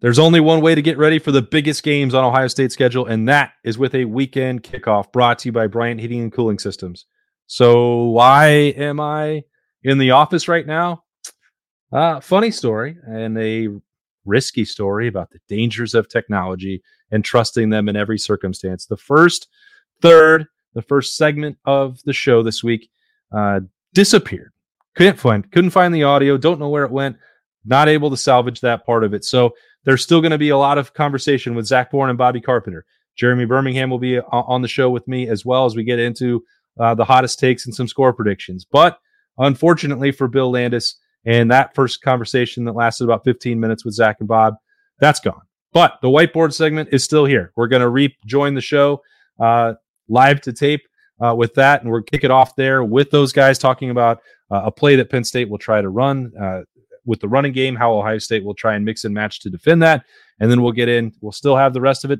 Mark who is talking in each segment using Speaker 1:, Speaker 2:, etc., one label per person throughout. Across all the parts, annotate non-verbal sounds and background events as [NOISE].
Speaker 1: There's only one way to get ready for the biggest games on Ohio State's schedule, and that is with a weekend kickoff brought to you by Bryant Heating and Cooling Systems. So, why am I in the office right now? Uh, funny story and a risky story about the dangers of technology and trusting them in every circumstance. The first third, the first segment of the show this week uh, disappeared. Couldn't find, couldn't find the audio. Don't know where it went. Not able to salvage that part of it. So there's still going to be a lot of conversation with Zach Bourne and Bobby Carpenter. Jeremy Birmingham will be uh, on the show with me as well as we get into uh, the hottest takes and some score predictions. But unfortunately for Bill Landis and that first conversation that lasted about 15 minutes with Zach and Bob, that's gone. But the whiteboard segment is still here. We're going to rejoin the show uh, live to tape uh, with that, and we'll kick it off there with those guys talking about uh, a play that Penn State will try to run uh, with the running game, how Ohio State will try and mix and match to defend that, and then we'll get in. We'll still have the rest of it.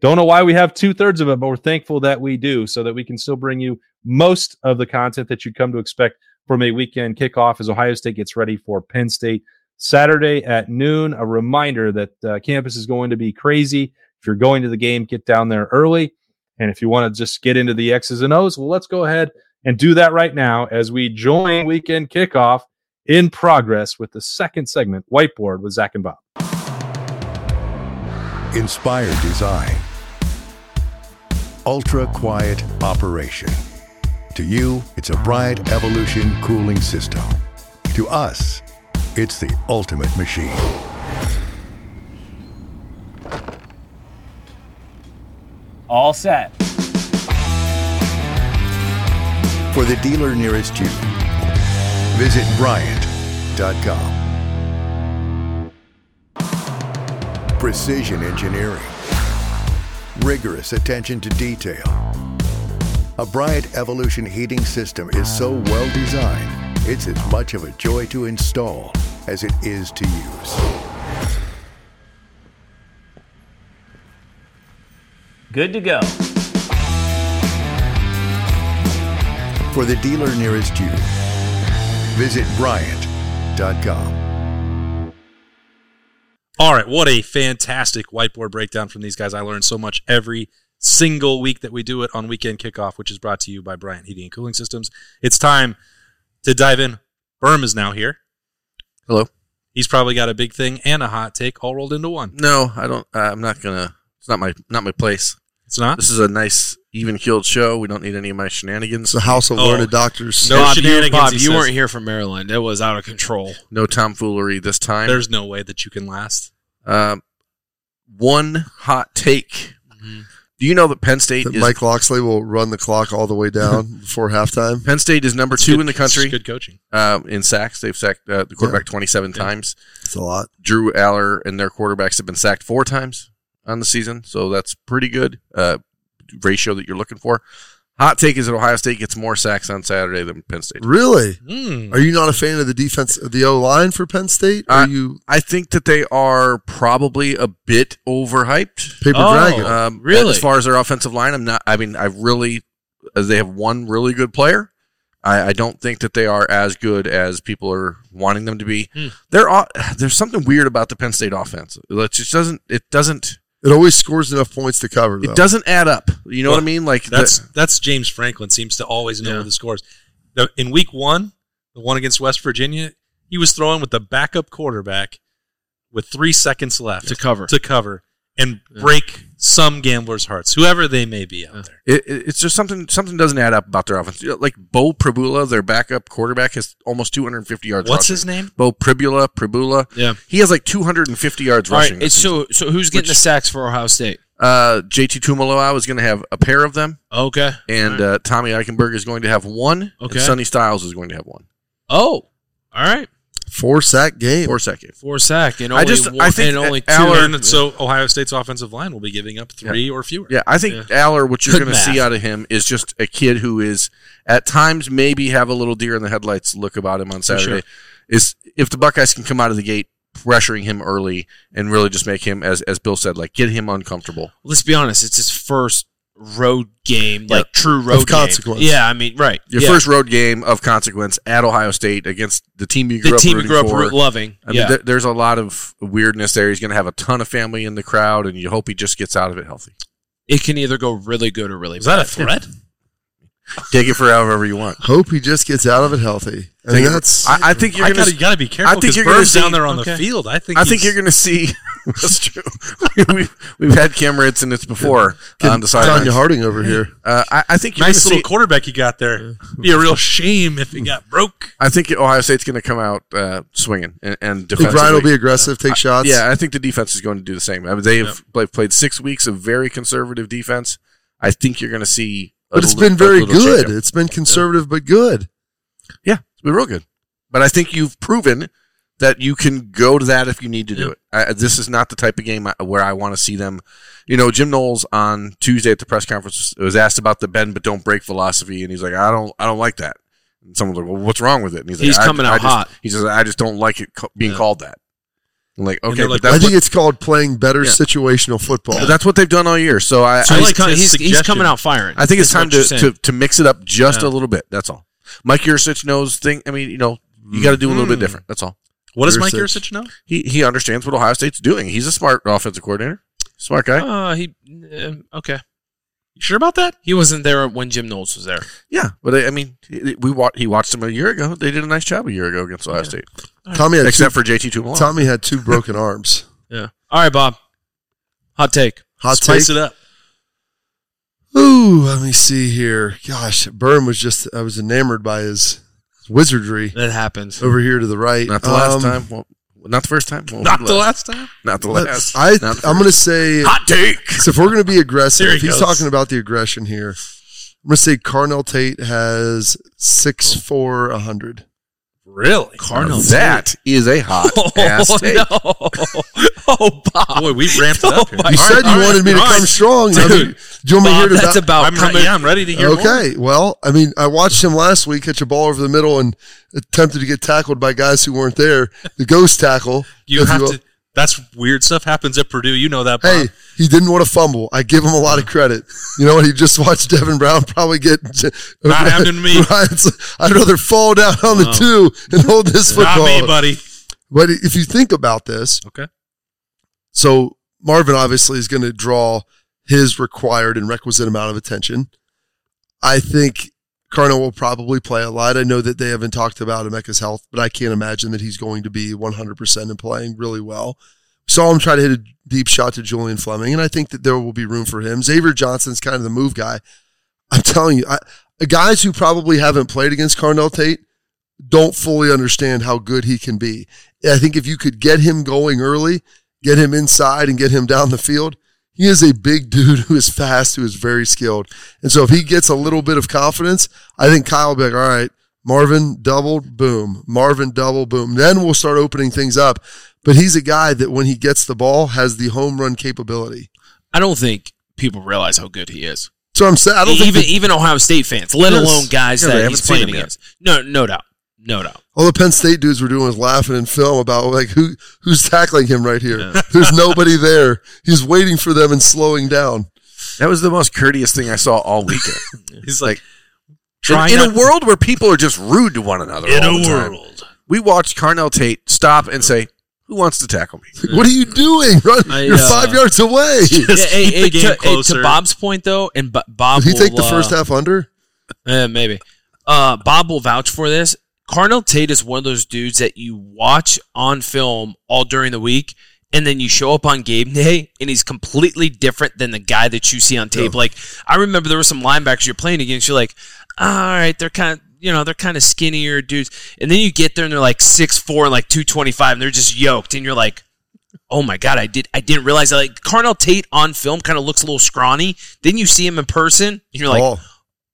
Speaker 1: Don't know why we have two thirds of it, but we're thankful that we do, so that we can still bring you most of the content that you come to expect from a weekend kickoff as Ohio State gets ready for Penn State Saturday at noon. A reminder that uh, campus is going to be crazy. If you're going to the game, get down there early. And if you want to just get into the X's and O's, well, let's go ahead and do that right now as we join weekend kickoff in progress with the second segment, Whiteboard with Zach and Bob.
Speaker 2: Inspired design, ultra quiet operation. To you, it's a Bryant Evolution cooling system. To us, it's the ultimate machine.
Speaker 3: All set.
Speaker 2: For the dealer nearest you, visit Bryant.com. Precision engineering, rigorous attention to detail. A Bryant Evolution heating system is so well designed, it's as much of a joy to install as it is to use.
Speaker 3: Good to go.
Speaker 2: For the dealer nearest you, visit Bryant.com.
Speaker 1: All right, what a fantastic whiteboard breakdown from these guys. I learned so much every single week that we do it on weekend kickoff, which is brought to you by Bryant Heating and Cooling Systems. It's time to dive in. Berm is now here.
Speaker 4: Hello.
Speaker 1: He's probably got a big thing and a hot take all rolled into one.
Speaker 4: No, I don't. Uh, I'm not gonna. It's not my not my place.
Speaker 1: It's not.
Speaker 4: This is a nice even keeled show. We don't need any of my shenanigans.
Speaker 5: The House of oh. Learned Doctors.
Speaker 6: No Bob, shenanigans. You, Bob, you weren't here for Maryland. It was out of control.
Speaker 4: No tomfoolery this time.
Speaker 1: There's no way that you can last.
Speaker 4: Uh, one hot take. Mm-hmm. Do you know that Penn State? That
Speaker 5: is, Mike Loxley will run the clock all the
Speaker 4: [LAUGHS]
Speaker 5: way down before halftime.
Speaker 4: Penn State is number two
Speaker 1: good,
Speaker 4: in the country.
Speaker 1: Good coaching
Speaker 4: uh, in sacks. They've sacked uh, the quarterback yeah. twenty-seven yeah. times.
Speaker 5: It's a lot.
Speaker 4: Drew Aller and their quarterbacks have been sacked four times on the season, so that's pretty good uh, ratio that you're looking for. Hot take is that Ohio State gets more sacks on Saturday than Penn State.
Speaker 5: Really?
Speaker 6: Hmm.
Speaker 5: Mm. Are you not a fan of the defense, the O line for Penn State? Are
Speaker 4: I,
Speaker 5: you?
Speaker 4: I think that they are probably a bit overhyped.
Speaker 5: Paper oh, dragon.
Speaker 4: Um, really? As far as their offensive line, I'm not. I mean, I really. uh, They have one really good player. I, I don't think that they are as good as people are wanting them to be. Mm. They're, there's something weird about the Penn State offense. It just doesn't. It doesn't.
Speaker 5: It always scores enough points to cover. Though.
Speaker 4: It doesn't add up. You know well, what I mean? Like
Speaker 1: that's the, that's James Franklin seems to always know yeah. the scores. In week one, the one against West Virginia, he was throwing with the backup quarterback with three seconds left
Speaker 6: to cover
Speaker 1: to cover and yeah. break some gamblers' hearts, whoever they may be out there.
Speaker 4: It, it's just something something doesn't add up about their offense. Like Bo Prabula, their backup quarterback, has almost 250 yards.
Speaker 1: What's rushing. his name?
Speaker 4: Bo Pribula, Pribula.
Speaker 1: Yeah,
Speaker 4: he has like 250 yards All rushing.
Speaker 6: Right, so so who's getting which, the sacks for Ohio State?
Speaker 4: Uh, JT Tumaloa was going to have a pair of them.
Speaker 6: Okay,
Speaker 4: and right. uh, Tommy Eichenberg is going to have one.
Speaker 6: Okay,
Speaker 4: Sunny Styles is going to have one.
Speaker 6: Oh, all right.
Speaker 5: Four sack game.
Speaker 4: Four sack game.
Speaker 6: Four sack. And only, I just, I think and only two.
Speaker 1: Aller, so Ohio State's offensive line will be giving up three yeah. or fewer.
Speaker 4: Yeah, I think yeah. Aller, what you're going to see out of him is just a kid who is at times maybe have a little deer in the headlights look about him on Saturday. Sure. Is if the Buckeyes can come out of the gate pressuring him early and really just make him, as as Bill said, like get him uncomfortable.
Speaker 6: Let's be honest, it's his first
Speaker 3: road game, like true road
Speaker 7: Of consequence.
Speaker 3: Game. Yeah, I mean, right.
Speaker 4: Your
Speaker 3: yeah.
Speaker 4: first road game of consequence at Ohio State against the team you grew
Speaker 3: the
Speaker 4: up
Speaker 3: team you
Speaker 4: rooting
Speaker 3: grew up
Speaker 4: for.
Speaker 3: root loving.
Speaker 4: I mean,
Speaker 3: yeah,
Speaker 4: there- there's a lot of weirdness there. He's going to have a ton of family in the crowd, and you hope he just gets out of it healthy.
Speaker 3: it can either go really good or really
Speaker 1: Is
Speaker 3: bad.
Speaker 1: that a threat?
Speaker 4: Take it for however
Speaker 3: [LAUGHS]
Speaker 4: you want.
Speaker 7: Hope he just gets out of it healthy. I
Speaker 4: Take
Speaker 7: mean,
Speaker 4: it-
Speaker 7: that's
Speaker 4: I, I think you're
Speaker 1: I
Speaker 4: going
Speaker 1: gotta,
Speaker 4: to.
Speaker 1: you gotta be careful.
Speaker 4: I think
Speaker 1: 'cause
Speaker 4: you're gonna
Speaker 1: Bird's
Speaker 4: see-
Speaker 1: down there on
Speaker 3: okay.
Speaker 1: the field. I think.
Speaker 4: I think
Speaker 1: he's-
Speaker 4: you're going to see. [LAUGHS] that's true. we've, we've had Cam Ritson. It's before on the
Speaker 7: Tanya
Speaker 4: sidelines.
Speaker 7: Harding over here.
Speaker 4: Uh, I, I think you're
Speaker 1: nice
Speaker 4: gonna
Speaker 1: little
Speaker 4: see,
Speaker 1: quarterback you got there. Be a real shame if it got broke.
Speaker 4: I think Ohio State's going to come out uh, swinging and, and
Speaker 7: I think
Speaker 4: defensively.
Speaker 7: Brian will be aggressive, take shots.
Speaker 4: Yeah, I think the defense is going to do the same. I mean, they've they've played six weeks of very conservative defense. I think you're going to see. a
Speaker 7: but it's
Speaker 4: little-
Speaker 7: been
Speaker 4: a
Speaker 7: very
Speaker 4: little
Speaker 7: good.
Speaker 4: changeup.
Speaker 7: It's been conservative, but good.
Speaker 4: Yeah, it's been real good. But I think you've proven that you can go to that if you need to do it. I, this is not the type of game I, where I want to see them. You know, Jim Knowles on Tuesday at the press conference was asked about the bend but don't break philosophy, and he's like, I don't, I don't like that. And someone's like, Well, what's wrong with it? And he's like,
Speaker 3: He's
Speaker 4: "I-
Speaker 3: coming out
Speaker 4: I just-
Speaker 3: hot."
Speaker 4: He says, I just don't like it co- being
Speaker 1: Yeah.
Speaker 4: called that. I'm like,
Speaker 1: And
Speaker 4: okay,
Speaker 1: they're
Speaker 4: but
Speaker 1: like,
Speaker 4: that's
Speaker 7: I think
Speaker 4: what-
Speaker 7: it's called playing better
Speaker 4: Yeah.
Speaker 7: situational
Speaker 4: [LAUGHS]
Speaker 7: football.
Speaker 4: But that's what they've done all year. So I,
Speaker 1: I
Speaker 3: So
Speaker 4: I,
Speaker 3: he's,
Speaker 1: like
Speaker 3: com-
Speaker 1: his
Speaker 3: he's, he's
Speaker 1: suggestion.
Speaker 3: coming out firing.
Speaker 4: I think it's
Speaker 3: is
Speaker 4: time
Speaker 3: what you're
Speaker 4: to,
Speaker 3: saying.
Speaker 4: to, to mix it up just
Speaker 1: Yeah.
Speaker 4: a little bit. That's all. Mike Yursich knows thing. I mean, you know, you got to do a little bit
Speaker 3: Hmm.
Speaker 1: Mm.
Speaker 4: different. That's all.
Speaker 1: What does Mike
Speaker 7: Yursich.
Speaker 1: Yursich know?
Speaker 4: He he understands what Ohio State's doing. He's a smart offensive coordinator. Smart guy.
Speaker 3: Uh, he um, okay.
Speaker 1: You sure about that?
Speaker 3: He wasn't there when Jim Knowles was there.
Speaker 4: yeah, but I, I mean, he- we wa- he watched him a year ago. They did a nice job a year ago against Ohio State,
Speaker 7: Tommy had
Speaker 4: except
Speaker 7: two,
Speaker 4: for JT Tumala.
Speaker 7: Tommy had two broken arms.
Speaker 3: Yeah. All right, Bob. Hot take.
Speaker 7: Hot take.
Speaker 1: Spice it up.
Speaker 7: Ooh, let me see here. Gosh, Burn was just I was enamored by his wizardry
Speaker 3: That happens.
Speaker 7: over here to the right.
Speaker 4: not the last
Speaker 7: Um,
Speaker 4: time. Well, not the first time. Well,
Speaker 1: Not the last time.
Speaker 4: Not the
Speaker 7: but
Speaker 4: last.
Speaker 7: I
Speaker 4: not the
Speaker 7: I'm going to say
Speaker 1: Hot take.
Speaker 7: so if we're going to be aggressive,
Speaker 1: There he
Speaker 7: if he's
Speaker 1: goes.
Speaker 7: talking about the aggression here. I'm going to say Carnell Tate has six four a hundred.
Speaker 1: Really?
Speaker 7: Oh,
Speaker 4: Now That is a
Speaker 1: [LAUGHS]
Speaker 4: hot ass
Speaker 3: [LAUGHS] Oh,
Speaker 4: take.
Speaker 3: no. Oh, Bob. Oh,
Speaker 1: Boy, we ramped it up here.
Speaker 7: You said you wanted me to come strong. Now, do
Speaker 1: Dude,
Speaker 7: you want me
Speaker 3: Bob,
Speaker 7: here to
Speaker 3: that's
Speaker 7: ba-
Speaker 3: about
Speaker 1: I'm re-
Speaker 3: coming.
Speaker 1: yeah, I'm ready to hear more.
Speaker 7: Okay. Well, I mean, I watched him last week catch a ball over the middle and attempted to get tackled by guys who weren't there. The ghost tackle.
Speaker 1: You
Speaker 7: if
Speaker 1: have
Speaker 7: will.
Speaker 1: to. That's weird stuff happens at Purdue. You know that. Bob.
Speaker 7: Hey, he didn't want to fumble. I give him a lot of credit. You know what? He just watched Devin Brown probably get [LAUGHS]
Speaker 1: Not happening to me.
Speaker 7: Right? So I'd rather fall down on the two and hold this
Speaker 1: not
Speaker 7: [LAUGHS] football.
Speaker 1: me, buddy.
Speaker 7: But if you think about this,
Speaker 1: Okay.
Speaker 7: so Marvin obviously is going to draw his required and requisite amount of attention. I think Carno will probably play a lot. I know that they haven't talked about Emeka's health, but I can't imagine that he's going to be 100% and playing really well. Saw him try to hit a deep shot to Julian Fleming, and I think that there will be room for him. Xavier Johnson's kind of the move guy. I'm telling you, I, guys who probably haven't played against Carnell Tate don't fully understand how good he can be. I think if you could get him going early, get him inside and get him down the field, he is a big [LAUGHS] dude who is fast, who is very skilled. And so if he gets a little bit of confidence, I think Kyle will be like, all right, Marvin double, boom. Marvin double, boom. Then we'll start opening things up. But he's a guy that when he gets the ball has the home run capability.
Speaker 3: I don't think people realize how good he is.
Speaker 7: So I'm saying I don't
Speaker 3: even
Speaker 7: think that-
Speaker 3: even Ohio State fans, let
Speaker 7: Yes.
Speaker 3: alone guys
Speaker 4: Yeah, they
Speaker 3: that
Speaker 4: haven't
Speaker 3: he's
Speaker 4: seen
Speaker 3: playing
Speaker 4: him yet.
Speaker 3: against. No, no doubt, no doubt.
Speaker 7: all the Penn State dudes were doing was laughing in film about like who who's tackling him right here. There's nobody there. He's waiting for them and slowing down.
Speaker 4: That was the most courteous thing I saw all weekend.
Speaker 1: [LAUGHS] He's like
Speaker 4: In,
Speaker 1: trying
Speaker 4: in
Speaker 1: not
Speaker 4: a world where people are just rude to one another,
Speaker 1: in
Speaker 4: all the
Speaker 1: a
Speaker 4: time,
Speaker 1: world.
Speaker 4: we watched Carnell Tate stop and say, "Who wants to tackle me?"
Speaker 7: What are you doing? Run!
Speaker 3: I,
Speaker 7: You're
Speaker 3: uh,
Speaker 7: five yards away. Did
Speaker 1: Just
Speaker 3: Yeah,
Speaker 1: keep
Speaker 3: hey,
Speaker 1: the
Speaker 3: hey,
Speaker 1: game
Speaker 3: to, hey, to
Speaker 1: closer.
Speaker 3: Bob's point though, and B- Bob
Speaker 7: he
Speaker 3: will,
Speaker 7: take the
Speaker 3: uh,
Speaker 7: first half under?
Speaker 3: eh, maybe. Uh, Bob will vouch for this. Carnell Tate is one of those dudes that you watch on film all during the week, and then you show up on game day, and he's completely different than the guy that you see on tape. Like I remember there were some linebackers you're playing against. You're like, all right, they're kind of. You know they're kind of skinnier dudes, and then you get there and they're like six four and like two twenty five, and they're just yoked, and you're like, oh my god, I did I didn't realize that. Like Carnell Tate on film kind of looks a little scrawny. Then you see him in person, and you're like,
Speaker 7: Ball.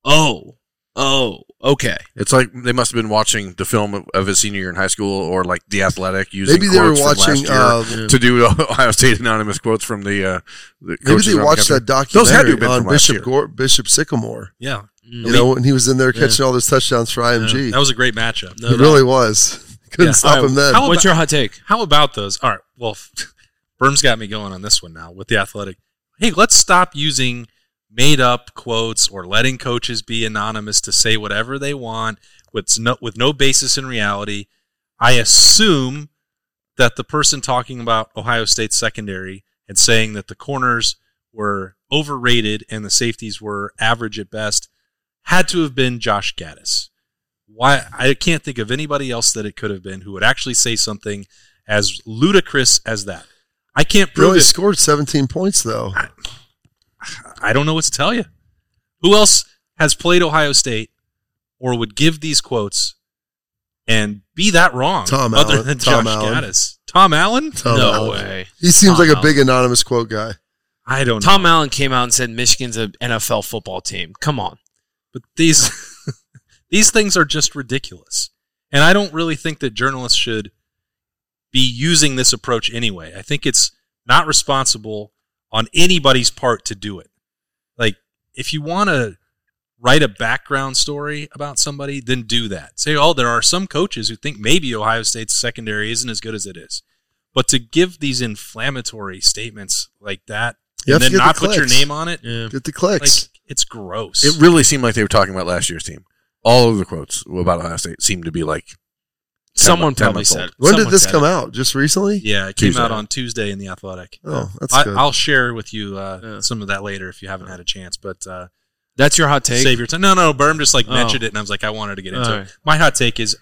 Speaker 3: oh, oh, okay.
Speaker 4: It's like they must have been watching the film of, of his senior year in high school, or like the athletic using
Speaker 7: Maybe they were
Speaker 4: quotes from last
Speaker 7: watching.
Speaker 4: year
Speaker 7: Uh,
Speaker 4: to do [LAUGHS] Ohio State anonymous quotes from the. Uh, the
Speaker 7: maybe
Speaker 4: coaches
Speaker 7: they
Speaker 4: around the
Speaker 7: watched
Speaker 4: country.
Speaker 7: that documentary
Speaker 4: Those had to have been
Speaker 7: on
Speaker 4: from last
Speaker 7: Bishop
Speaker 4: year.
Speaker 7: Gore, Bishop Sycamore.
Speaker 1: Yeah,
Speaker 7: You know, when he was in there catching all those touchdowns for
Speaker 1: Yeah,
Speaker 7: IMG,
Speaker 1: that was a great matchup.
Speaker 7: it really was. [LAUGHS] Couldn't
Speaker 1: Yeah.
Speaker 7: stop him then.
Speaker 1: How about-
Speaker 3: What's your hot take?
Speaker 1: How about those? All right. [LAUGHS] Well, Berm's got me going on this one now with the athletic. Hey, let's stop using made up quotes or letting coaches be anonymous to say whatever they want with no, with no basis in reality. I assume that the person talking about Ohio State's secondary and saying that the corners were overrated and the safeties were average at best had to have been Josh Gaddis. Why I can't think of anybody else that it could have been who would actually say something as ludicrous as that. I can't prove
Speaker 7: Really
Speaker 1: it.
Speaker 7: scored 17 points though.
Speaker 1: I don't know what to tell you. Who else has played Ohio State or would give these quotes and be that wrong?
Speaker 7: Tom
Speaker 1: other
Speaker 7: Allen.
Speaker 1: than
Speaker 7: Tom
Speaker 1: Josh
Speaker 7: Allen.
Speaker 1: Gaddis. Tom Allen?
Speaker 7: Tom
Speaker 3: no
Speaker 7: Allen.
Speaker 3: way.
Speaker 7: He seems
Speaker 3: Tom
Speaker 7: like a
Speaker 3: Allen.
Speaker 7: big anonymous quote guy.
Speaker 1: I don't
Speaker 3: Tom
Speaker 1: know.
Speaker 3: Allen came out and said Michigan's an NFL football team. Come on.
Speaker 1: But these [LAUGHS] these things are just ridiculous. And I don't really think that journalists should be using this approach anyway. I think it's not responsible on anybody's part to do it. Like if you want to write a background story about somebody, then do that. Say, "Oh, there are some coaches who think maybe Ohio State's secondary isn't as good as it is." But to give these inflammatory statements like that
Speaker 7: You
Speaker 1: and
Speaker 7: have
Speaker 1: then
Speaker 7: to get the
Speaker 1: not put your
Speaker 7: clicks.
Speaker 1: name on it,
Speaker 3: Yeah.
Speaker 7: Get the
Speaker 1: like
Speaker 7: clicks.
Speaker 1: it's gross.
Speaker 4: It really seemed like they were talking about last year's team. All of the quotes about Ohio State seemed to be like
Speaker 3: Someone
Speaker 4: Ten
Speaker 3: probably
Speaker 4: months
Speaker 3: said.
Speaker 4: old.
Speaker 7: when did
Speaker 3: someone
Speaker 7: this
Speaker 3: said
Speaker 7: come
Speaker 3: it.
Speaker 7: out? Just recently?
Speaker 1: Yeah, it came
Speaker 4: Tuesday.
Speaker 1: out on Tuesday in the Athletic.
Speaker 7: Oh, that's
Speaker 1: I,
Speaker 7: good.
Speaker 1: I'll share with you uh,
Speaker 3: Yeah.
Speaker 1: some of that later if you haven't had a chance. But uh,
Speaker 3: That's your hot take.
Speaker 1: save your time. No, no, Berm just like
Speaker 3: Oh.
Speaker 1: mentioned it, and I was like, I wanted to get into
Speaker 3: All
Speaker 1: it.
Speaker 3: right.
Speaker 1: My hot take is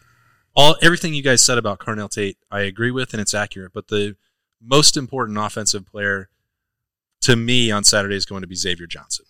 Speaker 1: all everything you guys said about Carnell Tate. I agree with, and it's accurate. But the most important offensive player to me on Saturday is going to be Xavier Johnson.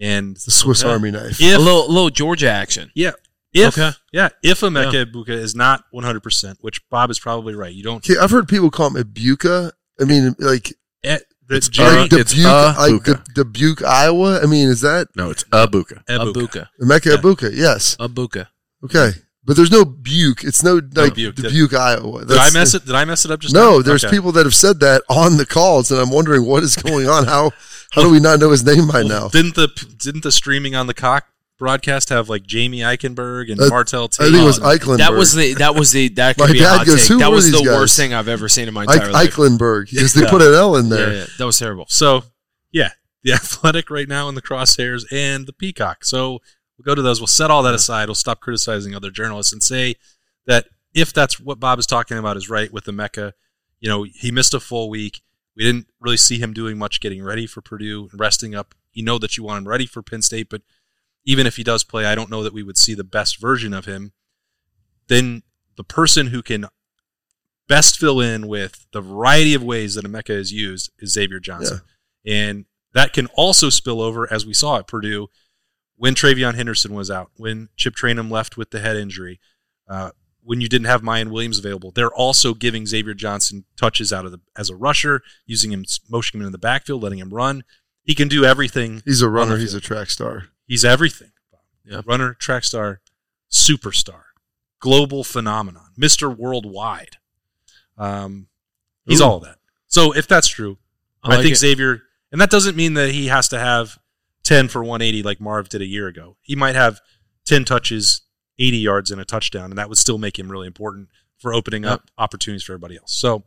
Speaker 1: And
Speaker 7: the Swiss
Speaker 1: Yeah.
Speaker 7: Army knife.
Speaker 3: a
Speaker 1: if
Speaker 3: little, little Georgia action.
Speaker 1: yeah, if
Speaker 3: Okay.
Speaker 1: yeah, if Emeka Ibuka is not one hundred percent, which Bob is probably right, you don't.
Speaker 7: Okay, I've heard people call him Ibuka. I mean, like,
Speaker 1: Eh, the
Speaker 7: like
Speaker 1: Jerry
Speaker 7: Dubuque,
Speaker 4: it's a
Speaker 7: like
Speaker 4: Buka.
Speaker 7: Du- Dubuque, Iowa. I mean, is that
Speaker 4: no, it's Abuka.
Speaker 1: Ebuka.
Speaker 3: Abuka.
Speaker 7: Emeka
Speaker 1: Yeah.
Speaker 7: Ibuka? Yes.
Speaker 3: Abuka.
Speaker 7: Okay, but there's no Buke. It's no like
Speaker 1: Buke.
Speaker 7: Dubuque, Iowa.
Speaker 1: Did I
Speaker 7: That's-
Speaker 1: mess it? Did I mess it up? Just
Speaker 7: no,
Speaker 1: now?
Speaker 7: there's
Speaker 1: Okay.
Speaker 7: people that have said that on the calls, and I'm wondering what is going on. How how do we not know his name [LAUGHS] by now?
Speaker 1: Well, Didn't the didn't the streaming on the cock broadcast have like Jamie Eichenberg and
Speaker 7: Uh,
Speaker 1: Martel
Speaker 7: I
Speaker 1: Tate?
Speaker 7: think it was
Speaker 1: and-
Speaker 7: Eichlenberg.
Speaker 3: Um, That was the that was the
Speaker 7: [LAUGHS]
Speaker 3: that could
Speaker 7: My
Speaker 3: be a
Speaker 7: dad
Speaker 3: hot
Speaker 7: goes,
Speaker 3: take.
Speaker 7: "Who
Speaker 3: That
Speaker 7: were
Speaker 3: was the
Speaker 7: these guys?"
Speaker 3: worst thing I've ever seen in my entire
Speaker 7: Eich-
Speaker 3: life.
Speaker 7: Eichlenberg because they put an L in
Speaker 3: Yeah,
Speaker 7: there.
Speaker 3: yeah, that was terrible.
Speaker 1: so yeah, the [LAUGHS] athletic right now in the crosshairs and the peacock. So we'll go to those. We'll set all that aside. We'll stop criticizing other journalists and say that if that's what Bob is talking about is right with the Mecca, you know, he missed a full week. We didn't really see him doing much getting ready for Purdue and resting up. You know that you want him ready for Penn State, but even if he does play, I don't know that we would see the best version of him. Then the person who can best fill in with the variety of ways that Emeka is used is Xavier Johnson. And that can also spill over, as we saw at Purdue, when Travion Henderson was out, when Chip Trainum left with the head injury, uh, when you didn't have Mayan Williams available, they're also giving Xavier Johnson touches out of the as a rusher, using him, motioning him in the backfield, letting him run. He can do everything
Speaker 7: He's a runner.
Speaker 1: On the
Speaker 7: He's a track star.
Speaker 1: He's everything.
Speaker 3: Yeah.
Speaker 1: Runner, track star, superstar, global phenomenon, Mr. Worldwide. Um, he's
Speaker 3: Ooh.
Speaker 1: all of that. So if that's true, I,
Speaker 3: like
Speaker 1: think
Speaker 3: it.
Speaker 1: Xavier, and that doesn't mean that he has to have 10 for 180 like Marv did a year ago. He might have 10 touches, 80 yards, and a touchdown, and that would still make him really important for opening
Speaker 3: Yep.
Speaker 1: up opportunities for everybody else. So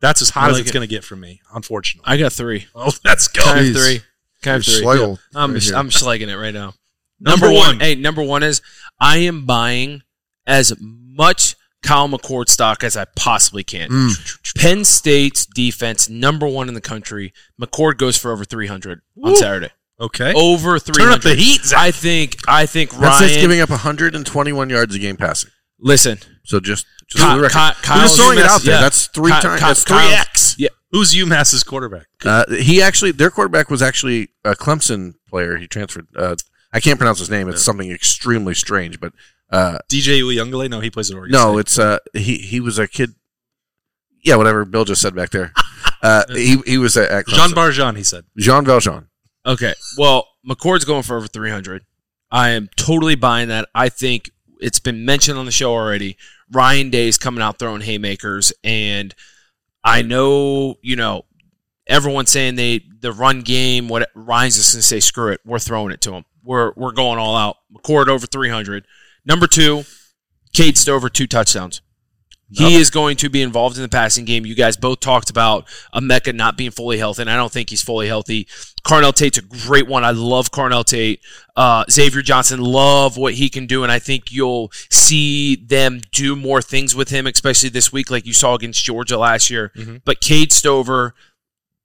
Speaker 1: that's as hot
Speaker 3: I
Speaker 1: as
Speaker 3: like
Speaker 1: it's
Speaker 3: it.
Speaker 1: going to get from me,
Speaker 3: [LAUGHS]
Speaker 1: unfortunately.
Speaker 3: I got three.
Speaker 1: oh, let's go.
Speaker 3: Can I have
Speaker 7: Jeez.
Speaker 3: three? Can I have
Speaker 7: You're
Speaker 3: three?
Speaker 7: Schlegel
Speaker 3: I'm
Speaker 7: right here.
Speaker 3: I'm slagging it right now.
Speaker 1: [LAUGHS] Number one.
Speaker 3: Hey, number one is I am buying as much Kyle McCord stock as I possibly can.
Speaker 4: Hmm.
Speaker 3: Penn State's defense, number one in the country. McCord goes for over 300 on Saturday.
Speaker 1: Okay.
Speaker 3: Over 300.
Speaker 1: Turn up the heat, Zach.
Speaker 3: I think. I think
Speaker 4: That's
Speaker 3: Ryan.
Speaker 4: just giving up 121 yards a game passing.
Speaker 3: listen,
Speaker 4: So just just
Speaker 3: Ky-
Speaker 4: for the record.
Speaker 3: Ky-
Speaker 4: We're
Speaker 3: Kyle's
Speaker 4: just throwing it
Speaker 3: UMass
Speaker 4: out there.
Speaker 3: yeah.
Speaker 4: That's three
Speaker 3: Ky-
Speaker 4: times.
Speaker 3: Ky-
Speaker 4: That's three
Speaker 3: Kyle's-
Speaker 4: X.
Speaker 1: Who's UMass's quarterback?
Speaker 4: Uh, he actually, their quarterback was actually a Clemson player. He transferred. Uh, I can't pronounce his name. It's something extremely strange, but uh,
Speaker 1: DJ Uyunglele? No, he plays at Oregon.
Speaker 4: no,
Speaker 1: State.
Speaker 4: it's uh, he he was a kid. Yeah, whatever Bill just said back there.
Speaker 3: [LAUGHS]
Speaker 4: Uh, he he was at, at
Speaker 1: Jean
Speaker 4: Clemson.
Speaker 1: Barjan. He said
Speaker 4: Jean Valjean.
Speaker 3: Okay. Well, McCord's going for over 300. I am totally buying that. I think it's been mentioned on the show already. Ryan Day's coming out throwing haymakers, and I know you know everyone's saying they the run game. What Ryan's just gonna say? Screw it. We're throwing it to him. We're we're going all out. McCord over 300. Number two, Cade Stover two touchdowns. He is going to be involved in the passing game. You guys both talked about Emeka not being fully healthy, and I don't think he's fully healthy. Carnell Tate's a great one. I love Carnell Tate. Uh, Xavier Johnson, love what he can do, and I think you'll see them do more things with him, especially this week, like you saw against Georgia last year.
Speaker 1: Mhm.
Speaker 3: But Cade Stover,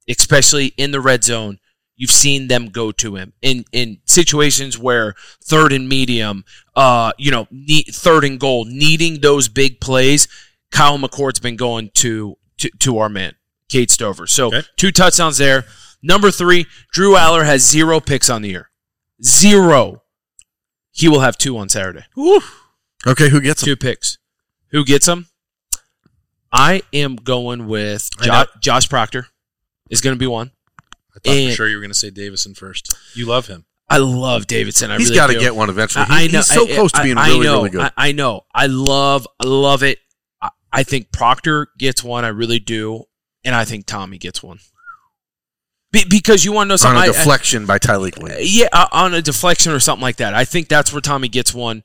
Speaker 3: especially in the red zone, you've seen them go to him in in situations where third and medium, uh, you know, need, third and goal, needing those big plays. Kyle McCord's been going to to, to our man, Kate Stover. So
Speaker 1: Okay.
Speaker 3: two touchdowns there. Number three, Drew Aller has zero picks on the year. Zero. He will have two on Saturday.
Speaker 4: Okay, who gets him?
Speaker 3: Two picks. Who gets them? I am going with
Speaker 1: I
Speaker 3: jo-
Speaker 1: know.
Speaker 3: Josh Proctor. Is going to be one.
Speaker 1: I thought
Speaker 3: And-
Speaker 1: for sure you were going to say Davison first. You love him.
Speaker 3: I love Davidson. I
Speaker 4: He's
Speaker 3: really
Speaker 4: got to
Speaker 3: do.
Speaker 4: get one eventually.
Speaker 3: I, I
Speaker 4: He-
Speaker 3: know.
Speaker 4: he's so
Speaker 3: I-
Speaker 4: close to being
Speaker 3: I,
Speaker 4: really,
Speaker 3: I know,
Speaker 4: really good.
Speaker 3: I, I know. I love, I love it. I, I think Proctor gets one. I really do, and I think Tommy gets one. Be, because you want to know
Speaker 4: on
Speaker 3: something?
Speaker 4: a
Speaker 3: I- I-
Speaker 4: deflection by
Speaker 3: [LAUGHS]
Speaker 4: Tyreek Williams.
Speaker 3: yeah, uh, on a deflection or something like that. I think that's where Tommy gets one.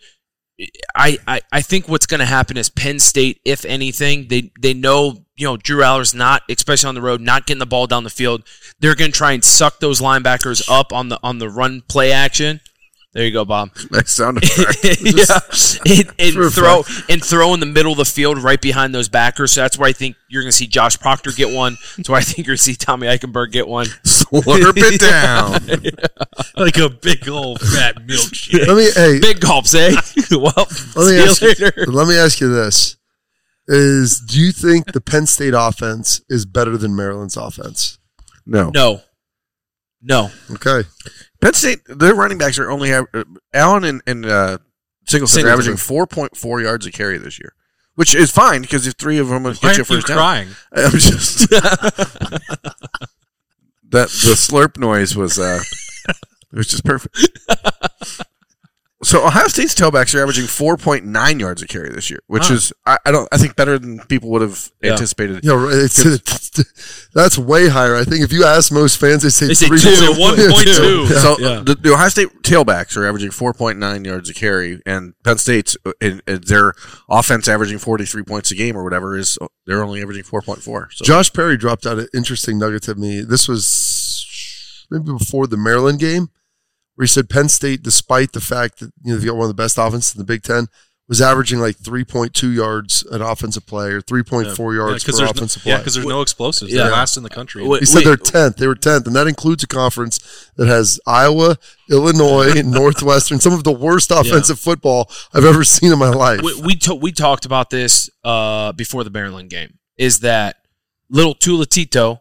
Speaker 3: I, I, I think what's going to happen is Penn State, if anything, they they know you know Drew Aller's not, especially on the road, not getting the ball down the field. They're going to try and suck those linebackers up on the on the run play action. There you go, Bob.
Speaker 4: Nice sound
Speaker 3: [LAUGHS]
Speaker 4: effect.
Speaker 3: yeah, and,
Speaker 4: For a
Speaker 3: and throw and throw in the middle of the field right behind those backers. So that's where I think you're going to see Josh Proctor get one. That's where I think you're going to see Tommy Eichenberg get one.
Speaker 4: [LAUGHS] Slurp it down.
Speaker 3: [LAUGHS]
Speaker 1: Like a big old fat
Speaker 7: [LAUGHS]
Speaker 1: milkshake.
Speaker 3: [LAUGHS]
Speaker 7: Let me hey,
Speaker 3: Big gulps, eh? [LAUGHS] well,
Speaker 7: Let me,
Speaker 3: see you
Speaker 7: ask
Speaker 3: later.
Speaker 7: [LAUGHS] you, let me ask you this. Is do you think the Penn State offense is better than Maryland's offense?
Speaker 4: No.
Speaker 3: No, no.
Speaker 7: Okay.
Speaker 4: Penn State, their running backs are only uh, Allen and, and uh, Singleton, are
Speaker 7: Singleton.
Speaker 4: averaging four point four yards a carry this year, which is fine because if three of them would
Speaker 1: Why
Speaker 4: get you
Speaker 1: aren't you
Speaker 4: first down,
Speaker 1: crying?
Speaker 4: [LAUGHS] I'm just that the slurp noise was uh, it was just perfect. [LAUGHS] So Ohio State's tailbacks are averaging four point nine yards a carry this year, which
Speaker 1: Huh.
Speaker 4: is I, I don't I think better than people would have anticipated.
Speaker 7: You know, it's, it's- that's way higher. I think if you ask most fans, they say
Speaker 3: They say
Speaker 7: three
Speaker 3: two.
Speaker 7: point-
Speaker 3: They say 1.2.
Speaker 7: Yeah.
Speaker 4: So
Speaker 1: yeah.
Speaker 4: The, the Ohio State tailbacks are averaging 4.9 yards a carry, and Penn State's uh, in, in their offense averaging 43 points a game or whatever is uh, they're only averaging 4.4. So
Speaker 7: Josh Perry dropped out an interesting nugget to me. This was maybe before the Maryland game, where he said Penn State, despite the fact that you know they got one of the best offenses in the Big Ten, was averaging like three point two yards an offensive play or three point four yards
Speaker 1: because
Speaker 7: per
Speaker 1: there's, no,
Speaker 7: offensive
Speaker 1: yeah,
Speaker 7: play.
Speaker 1: 'cause there's no explosives.
Speaker 3: Yeah.
Speaker 1: They're last in the country.
Speaker 3: Wait,
Speaker 7: He said
Speaker 3: wait,
Speaker 7: they're tenth. They were tenth, and that includes a conference that has Iowa, Illinois, [LAUGHS] Northwestern. Some of the worst offensive football I've ever seen in my life.
Speaker 3: we we, ta- we talked about this uh, before the Maryland game. Is that little Tulatito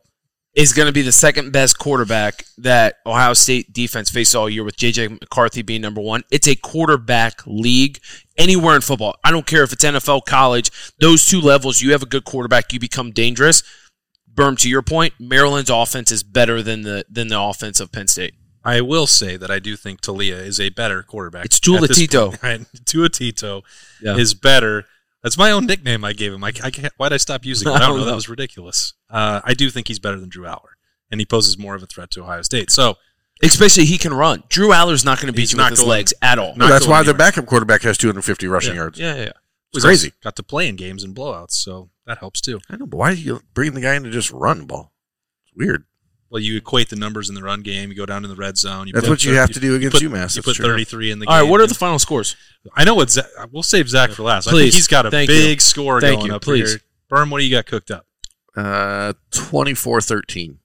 Speaker 3: is going to be the second best quarterback that Ohio State defense faced all year, with JJ McCarthy being number one. It's a quarterback league anywhere in football. I don't care if it's NFL, college. Those two levels, you have a good quarterback, you become dangerous. Berm, to your point, Maryland's offense is better than the than the offense of Penn State.
Speaker 1: I will say that I do think Talia is a better quarterback.
Speaker 3: It's Tula
Speaker 1: at this
Speaker 3: Tito.
Speaker 1: point, [LAUGHS] Right? Tula Tito
Speaker 3: Yeah.
Speaker 1: is better. That's my own nickname I gave him. I, I can't, why'd I stop using it? I don't know. That was ridiculous. Uh, I do think he's better than Drew Aller, and he poses more of a threat to Ohio State. So
Speaker 3: Especially he can run. Drew Aller's not going to beat
Speaker 1: He's
Speaker 3: you
Speaker 1: not
Speaker 3: with his
Speaker 1: going-
Speaker 3: legs at all.
Speaker 1: not
Speaker 4: that's
Speaker 1: going
Speaker 4: why
Speaker 1: anywhere.
Speaker 4: their backup quarterback has 250 rushing yards.
Speaker 3: Yeah, yeah, yeah.
Speaker 1: He's
Speaker 4: crazy.
Speaker 1: also Got to play in games and blowouts, so that helps too.
Speaker 4: I know, but why are you bringing the guy in to just run the ball? It's weird.
Speaker 1: Well, you equate the numbers in the run game. You go down in the red zone.
Speaker 4: That's
Speaker 1: put
Speaker 4: what you
Speaker 1: thir-
Speaker 4: have to do against
Speaker 1: put-
Speaker 4: UMass,
Speaker 1: You
Speaker 4: that's
Speaker 1: put
Speaker 4: true.
Speaker 1: 33 in the
Speaker 3: All
Speaker 1: game.
Speaker 3: right, what are the final scores?
Speaker 1: I know what Zach. We'll save Zach for last. I
Speaker 3: Please.
Speaker 1: think he's got a
Speaker 3: Thank
Speaker 1: big
Speaker 3: you.
Speaker 1: score
Speaker 3: Thank
Speaker 1: going
Speaker 3: you.
Speaker 1: up
Speaker 3: Please.
Speaker 1: here. Berm, what do you got cooked up?
Speaker 4: Uh, 24-13.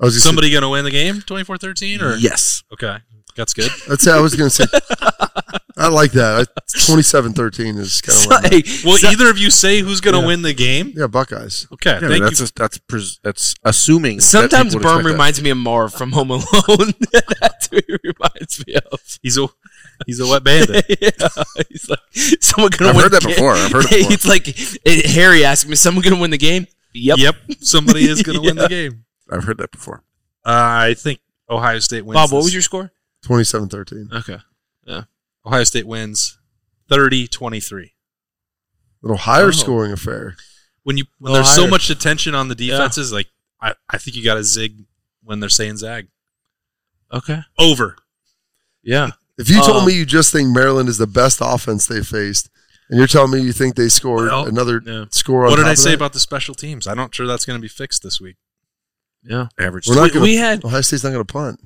Speaker 7: I was gonna
Speaker 1: Somebody going to win the game 24-13 or
Speaker 4: Yes.
Speaker 1: Okay. That's
Speaker 4: [LAUGHS]
Speaker 1: good.
Speaker 7: say, that's I was going to say. [LAUGHS] I like that. 27-13 is kind of like,
Speaker 3: Hey,
Speaker 1: Will
Speaker 3: so-
Speaker 1: either of you say who's going to
Speaker 7: Yeah.
Speaker 1: win the game?
Speaker 7: yeah, Buckeyes.
Speaker 1: Okay.
Speaker 4: Yeah,
Speaker 1: thank
Speaker 4: that's
Speaker 1: you.
Speaker 4: a, that's pres- that's assuming. that
Speaker 3: sometimes
Speaker 4: people would
Speaker 3: Berm
Speaker 4: expect that.
Speaker 3: reminds me of Marv from Home Alone. [LAUGHS] That's who he reminds me of.
Speaker 1: he's a he's a wet
Speaker 3: [LAUGHS]
Speaker 4: [LAUGHS]
Speaker 1: bandit.
Speaker 3: yeah, he's like, someone gonna
Speaker 4: I've
Speaker 3: win
Speaker 4: heard
Speaker 3: the
Speaker 4: that
Speaker 3: game.
Speaker 4: before.
Speaker 3: [LAUGHS]
Speaker 4: I've heard it before.
Speaker 3: It's like eh, Harry asked me, "Someone gonna win the game?" Yep.
Speaker 1: Somebody is
Speaker 4: [LAUGHS]
Speaker 1: going to win the game.
Speaker 4: I've heard that before.
Speaker 1: Uh, I think Ohio State wins.
Speaker 3: Bob, what
Speaker 1: this.
Speaker 3: was your score?
Speaker 7: 27-13.
Speaker 3: Okay.
Speaker 1: Ohio State wins 30-23.
Speaker 7: little higher
Speaker 1: Oh.
Speaker 7: scoring affair.
Speaker 1: When you when
Speaker 3: Oh,
Speaker 1: there's so
Speaker 3: higher.
Speaker 1: much attention on the defenses, like I, I think you got to zig when they're saying zag.
Speaker 3: Okay.
Speaker 1: Over.
Speaker 3: Yeah.
Speaker 7: If you told
Speaker 3: Um,
Speaker 7: me you just think Maryland is the best offense they faced, and you're telling me you think they scored
Speaker 1: Well,
Speaker 7: another
Speaker 3: yeah.
Speaker 7: score on
Speaker 1: What did
Speaker 7: top
Speaker 1: I
Speaker 7: of
Speaker 1: say
Speaker 7: that,
Speaker 1: about the special teams? I'm not sure that's going to be fixed this week.
Speaker 3: Yeah.
Speaker 4: average.
Speaker 7: We're not
Speaker 3: We,
Speaker 7: gonna-
Speaker 3: we had
Speaker 7: Ohio State's not going to punt.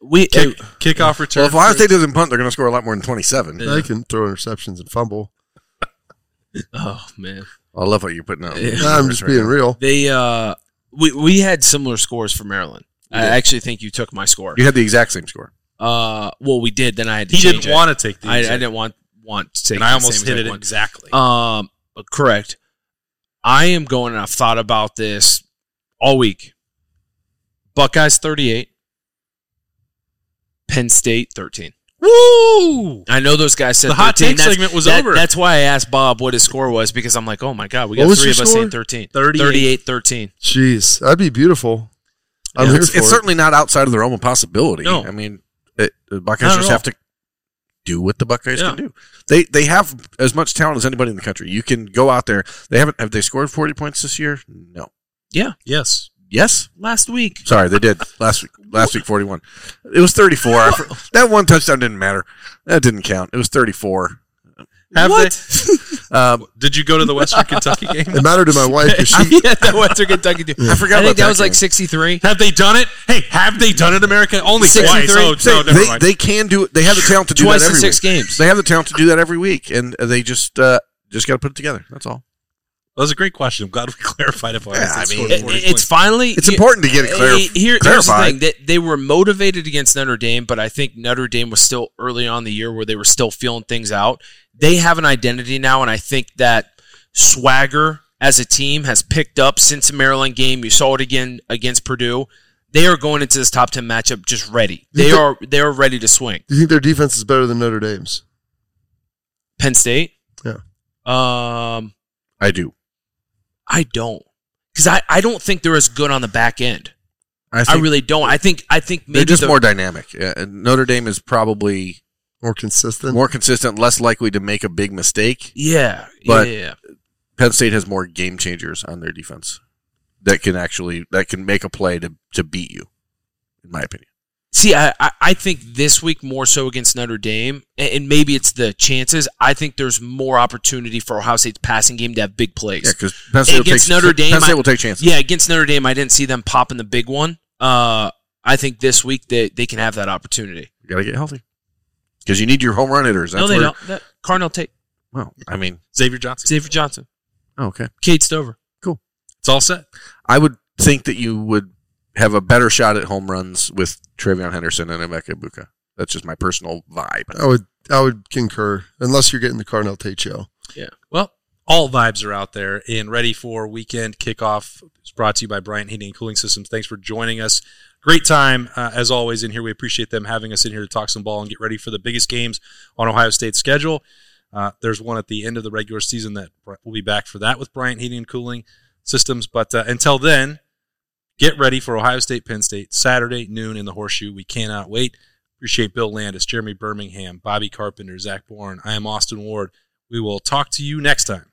Speaker 3: we eh,
Speaker 1: Kick, kickoff return.
Speaker 4: well, if Ohio State doesn't punt, they're going to score a lot more than 27.
Speaker 7: They can throw interceptions and
Speaker 1: [LAUGHS]
Speaker 7: fumble.
Speaker 3: oh man.
Speaker 4: I love what you're putting out.
Speaker 3: Yeah.
Speaker 7: Nah, I'm just being real.
Speaker 3: They uh we we had similar scores for Maryland. I actually think you took my score.
Speaker 4: You had the exact same score.
Speaker 3: Uh well we did, then I had to
Speaker 1: he
Speaker 3: change
Speaker 1: didn't
Speaker 3: it.
Speaker 1: want to take the.
Speaker 3: I, I
Speaker 1: exact-
Speaker 3: didn't want want to take
Speaker 1: and I
Speaker 3: the
Speaker 1: almost
Speaker 3: same
Speaker 1: hit
Speaker 3: exact
Speaker 1: it
Speaker 3: one.
Speaker 1: exactly.
Speaker 3: Um, correct. I am going, and I've thought about this all week. Buckeyes 38, Penn State 13.
Speaker 1: Woo!
Speaker 3: I know those guys said
Speaker 1: The hot
Speaker 3: 13.
Speaker 1: take
Speaker 3: That's-
Speaker 1: segment was
Speaker 3: that-
Speaker 1: over.
Speaker 3: That's why I asked Bob what his score was because I'm like, oh my God, we
Speaker 7: What
Speaker 3: got
Speaker 7: was
Speaker 3: three
Speaker 7: your
Speaker 3: of us
Speaker 7: score?
Speaker 3: saying 13.
Speaker 1: 38.
Speaker 3: 38 13.
Speaker 7: Jeez, that'd be beautiful. I'm
Speaker 4: Yeah,
Speaker 7: here
Speaker 4: it's,
Speaker 7: for
Speaker 4: it's
Speaker 7: it.
Speaker 4: certainly not outside of the realm of possibility.
Speaker 1: No.
Speaker 4: I mean, it, the Buckeyes
Speaker 1: Not at
Speaker 4: just
Speaker 1: all.
Speaker 4: have to do what the Buckeyes
Speaker 1: Yeah.
Speaker 4: can do. They they have as much talent as anybody in the country. You can go out there. They haven't have they scored forty points this year? No.
Speaker 1: Yes.
Speaker 4: Yes.
Speaker 3: Last week.
Speaker 4: Sorry, they
Speaker 1: [LAUGHS]
Speaker 4: did last week. Last week, forty-one. It was thirty-four. I for- that one touchdown didn't matter. That didn't count. It was thirty-four.
Speaker 1: Have
Speaker 4: They, um,
Speaker 1: Did you go to the Western Kentucky game?
Speaker 7: It mattered to my wife
Speaker 4: [LAUGHS]
Speaker 7: because she
Speaker 3: [LAUGHS] yeah, that Western Kentucky dude.
Speaker 4: I forgot.
Speaker 3: I
Speaker 4: about
Speaker 3: think that was
Speaker 4: game.
Speaker 3: like 63.
Speaker 1: Have they done it? Hey, have they done it, America? Only
Speaker 3: 63.
Speaker 1: twice. Oh, no, never
Speaker 4: they,
Speaker 1: mind.
Speaker 4: they can do it. They have the talent to do
Speaker 3: Twice
Speaker 4: that
Speaker 3: in
Speaker 4: every
Speaker 3: six
Speaker 4: week.
Speaker 3: games.
Speaker 4: They have the talent to do that every week, and they just uh, just got to put it together. That's all.
Speaker 1: that was a great question. I'm glad we [LAUGHS] clarified it. for
Speaker 4: Yeah,
Speaker 1: us.
Speaker 4: I mean,
Speaker 1: scored
Speaker 3: It-
Speaker 1: 40
Speaker 3: it's
Speaker 1: points.
Speaker 3: finally.
Speaker 4: It's
Speaker 3: you-
Speaker 4: important to get it clar-
Speaker 3: Hey, here- here's the
Speaker 4: clarified.
Speaker 3: thing that they were motivated against Notre Dame, but I think Notre Dame was still early on in the year where they were still feeling things out. They have an identity now, and I think that swagger as a team has picked up since the Maryland game. You saw it again against Purdue. They are going into this top ten matchup just ready. They are they are ready to swing.
Speaker 7: Do you think their defense is better than Notre Dame's?
Speaker 3: Penn State.
Speaker 7: Yeah.
Speaker 3: Um,
Speaker 4: I do.
Speaker 3: I don't because I, I don't think they're as good on the back end.
Speaker 4: I, think
Speaker 3: I really don't. I think I think maybe
Speaker 4: they're just
Speaker 3: the-
Speaker 4: more dynamic. Uh, and Notre Dame is probably
Speaker 7: More consistent.
Speaker 4: more consistent, less likely to make a big mistake.
Speaker 3: Yeah,
Speaker 4: But-
Speaker 3: yeah.
Speaker 4: Penn State has more game changers on their defense that can actually that can make a play to to beat you. In my opinion,
Speaker 3: See, I, I- I think this week more so against Notre Dame, and, and maybe it's the chances. I think there's more opportunity for Ohio State's passing game to have big
Speaker 4: yeah,
Speaker 3: plays.
Speaker 4: because Penn State will
Speaker 3: Against
Speaker 4: take,
Speaker 3: Notre Dame,
Speaker 4: Penn State
Speaker 3: I-
Speaker 4: will take chances.
Speaker 3: Yeah, against Notre Dame, I didn't see them popping the big one. Uh, I think this week they, they can have that opportunity.
Speaker 4: You gotta get healthy because you need your home run hitters. That's
Speaker 3: no, they
Speaker 4: where-
Speaker 3: don't. That, Carnell Tate,
Speaker 4: Well, I mean,
Speaker 1: Xavier Johnson.
Speaker 3: Xavier Johnson,
Speaker 4: oh, okay.
Speaker 3: Kate Stover.
Speaker 1: It's all set.
Speaker 4: I would think that you would have a better shot at home runs with Travion Henderson and Emeka Buka. That's just my personal vibe.
Speaker 7: I would I would concur, unless you're getting the Carnell Tate show.
Speaker 3: Yeah.
Speaker 1: Well, all vibes are out there and ready for weekend kickoff. It's brought to you by Bryant Heating and Cooling Systems. Thanks for joining us. Great time uh, as always in here. We appreciate them having us in here to talk some ball and get ready for the biggest games on Ohio State's schedule. Uh, there's one at the end of the regular season that Bry- we'll be back for that with Bryant Heating and Cooling Systems. But uh, until then, get ready for Ohio State, Penn State Saturday noon in the Horseshoe. We cannot wait. Appreciate Bill Landis, Jeremy Birmingham, Bobby Carpenter, Zach Bourne. I am Austin Ward. We will talk to you next time.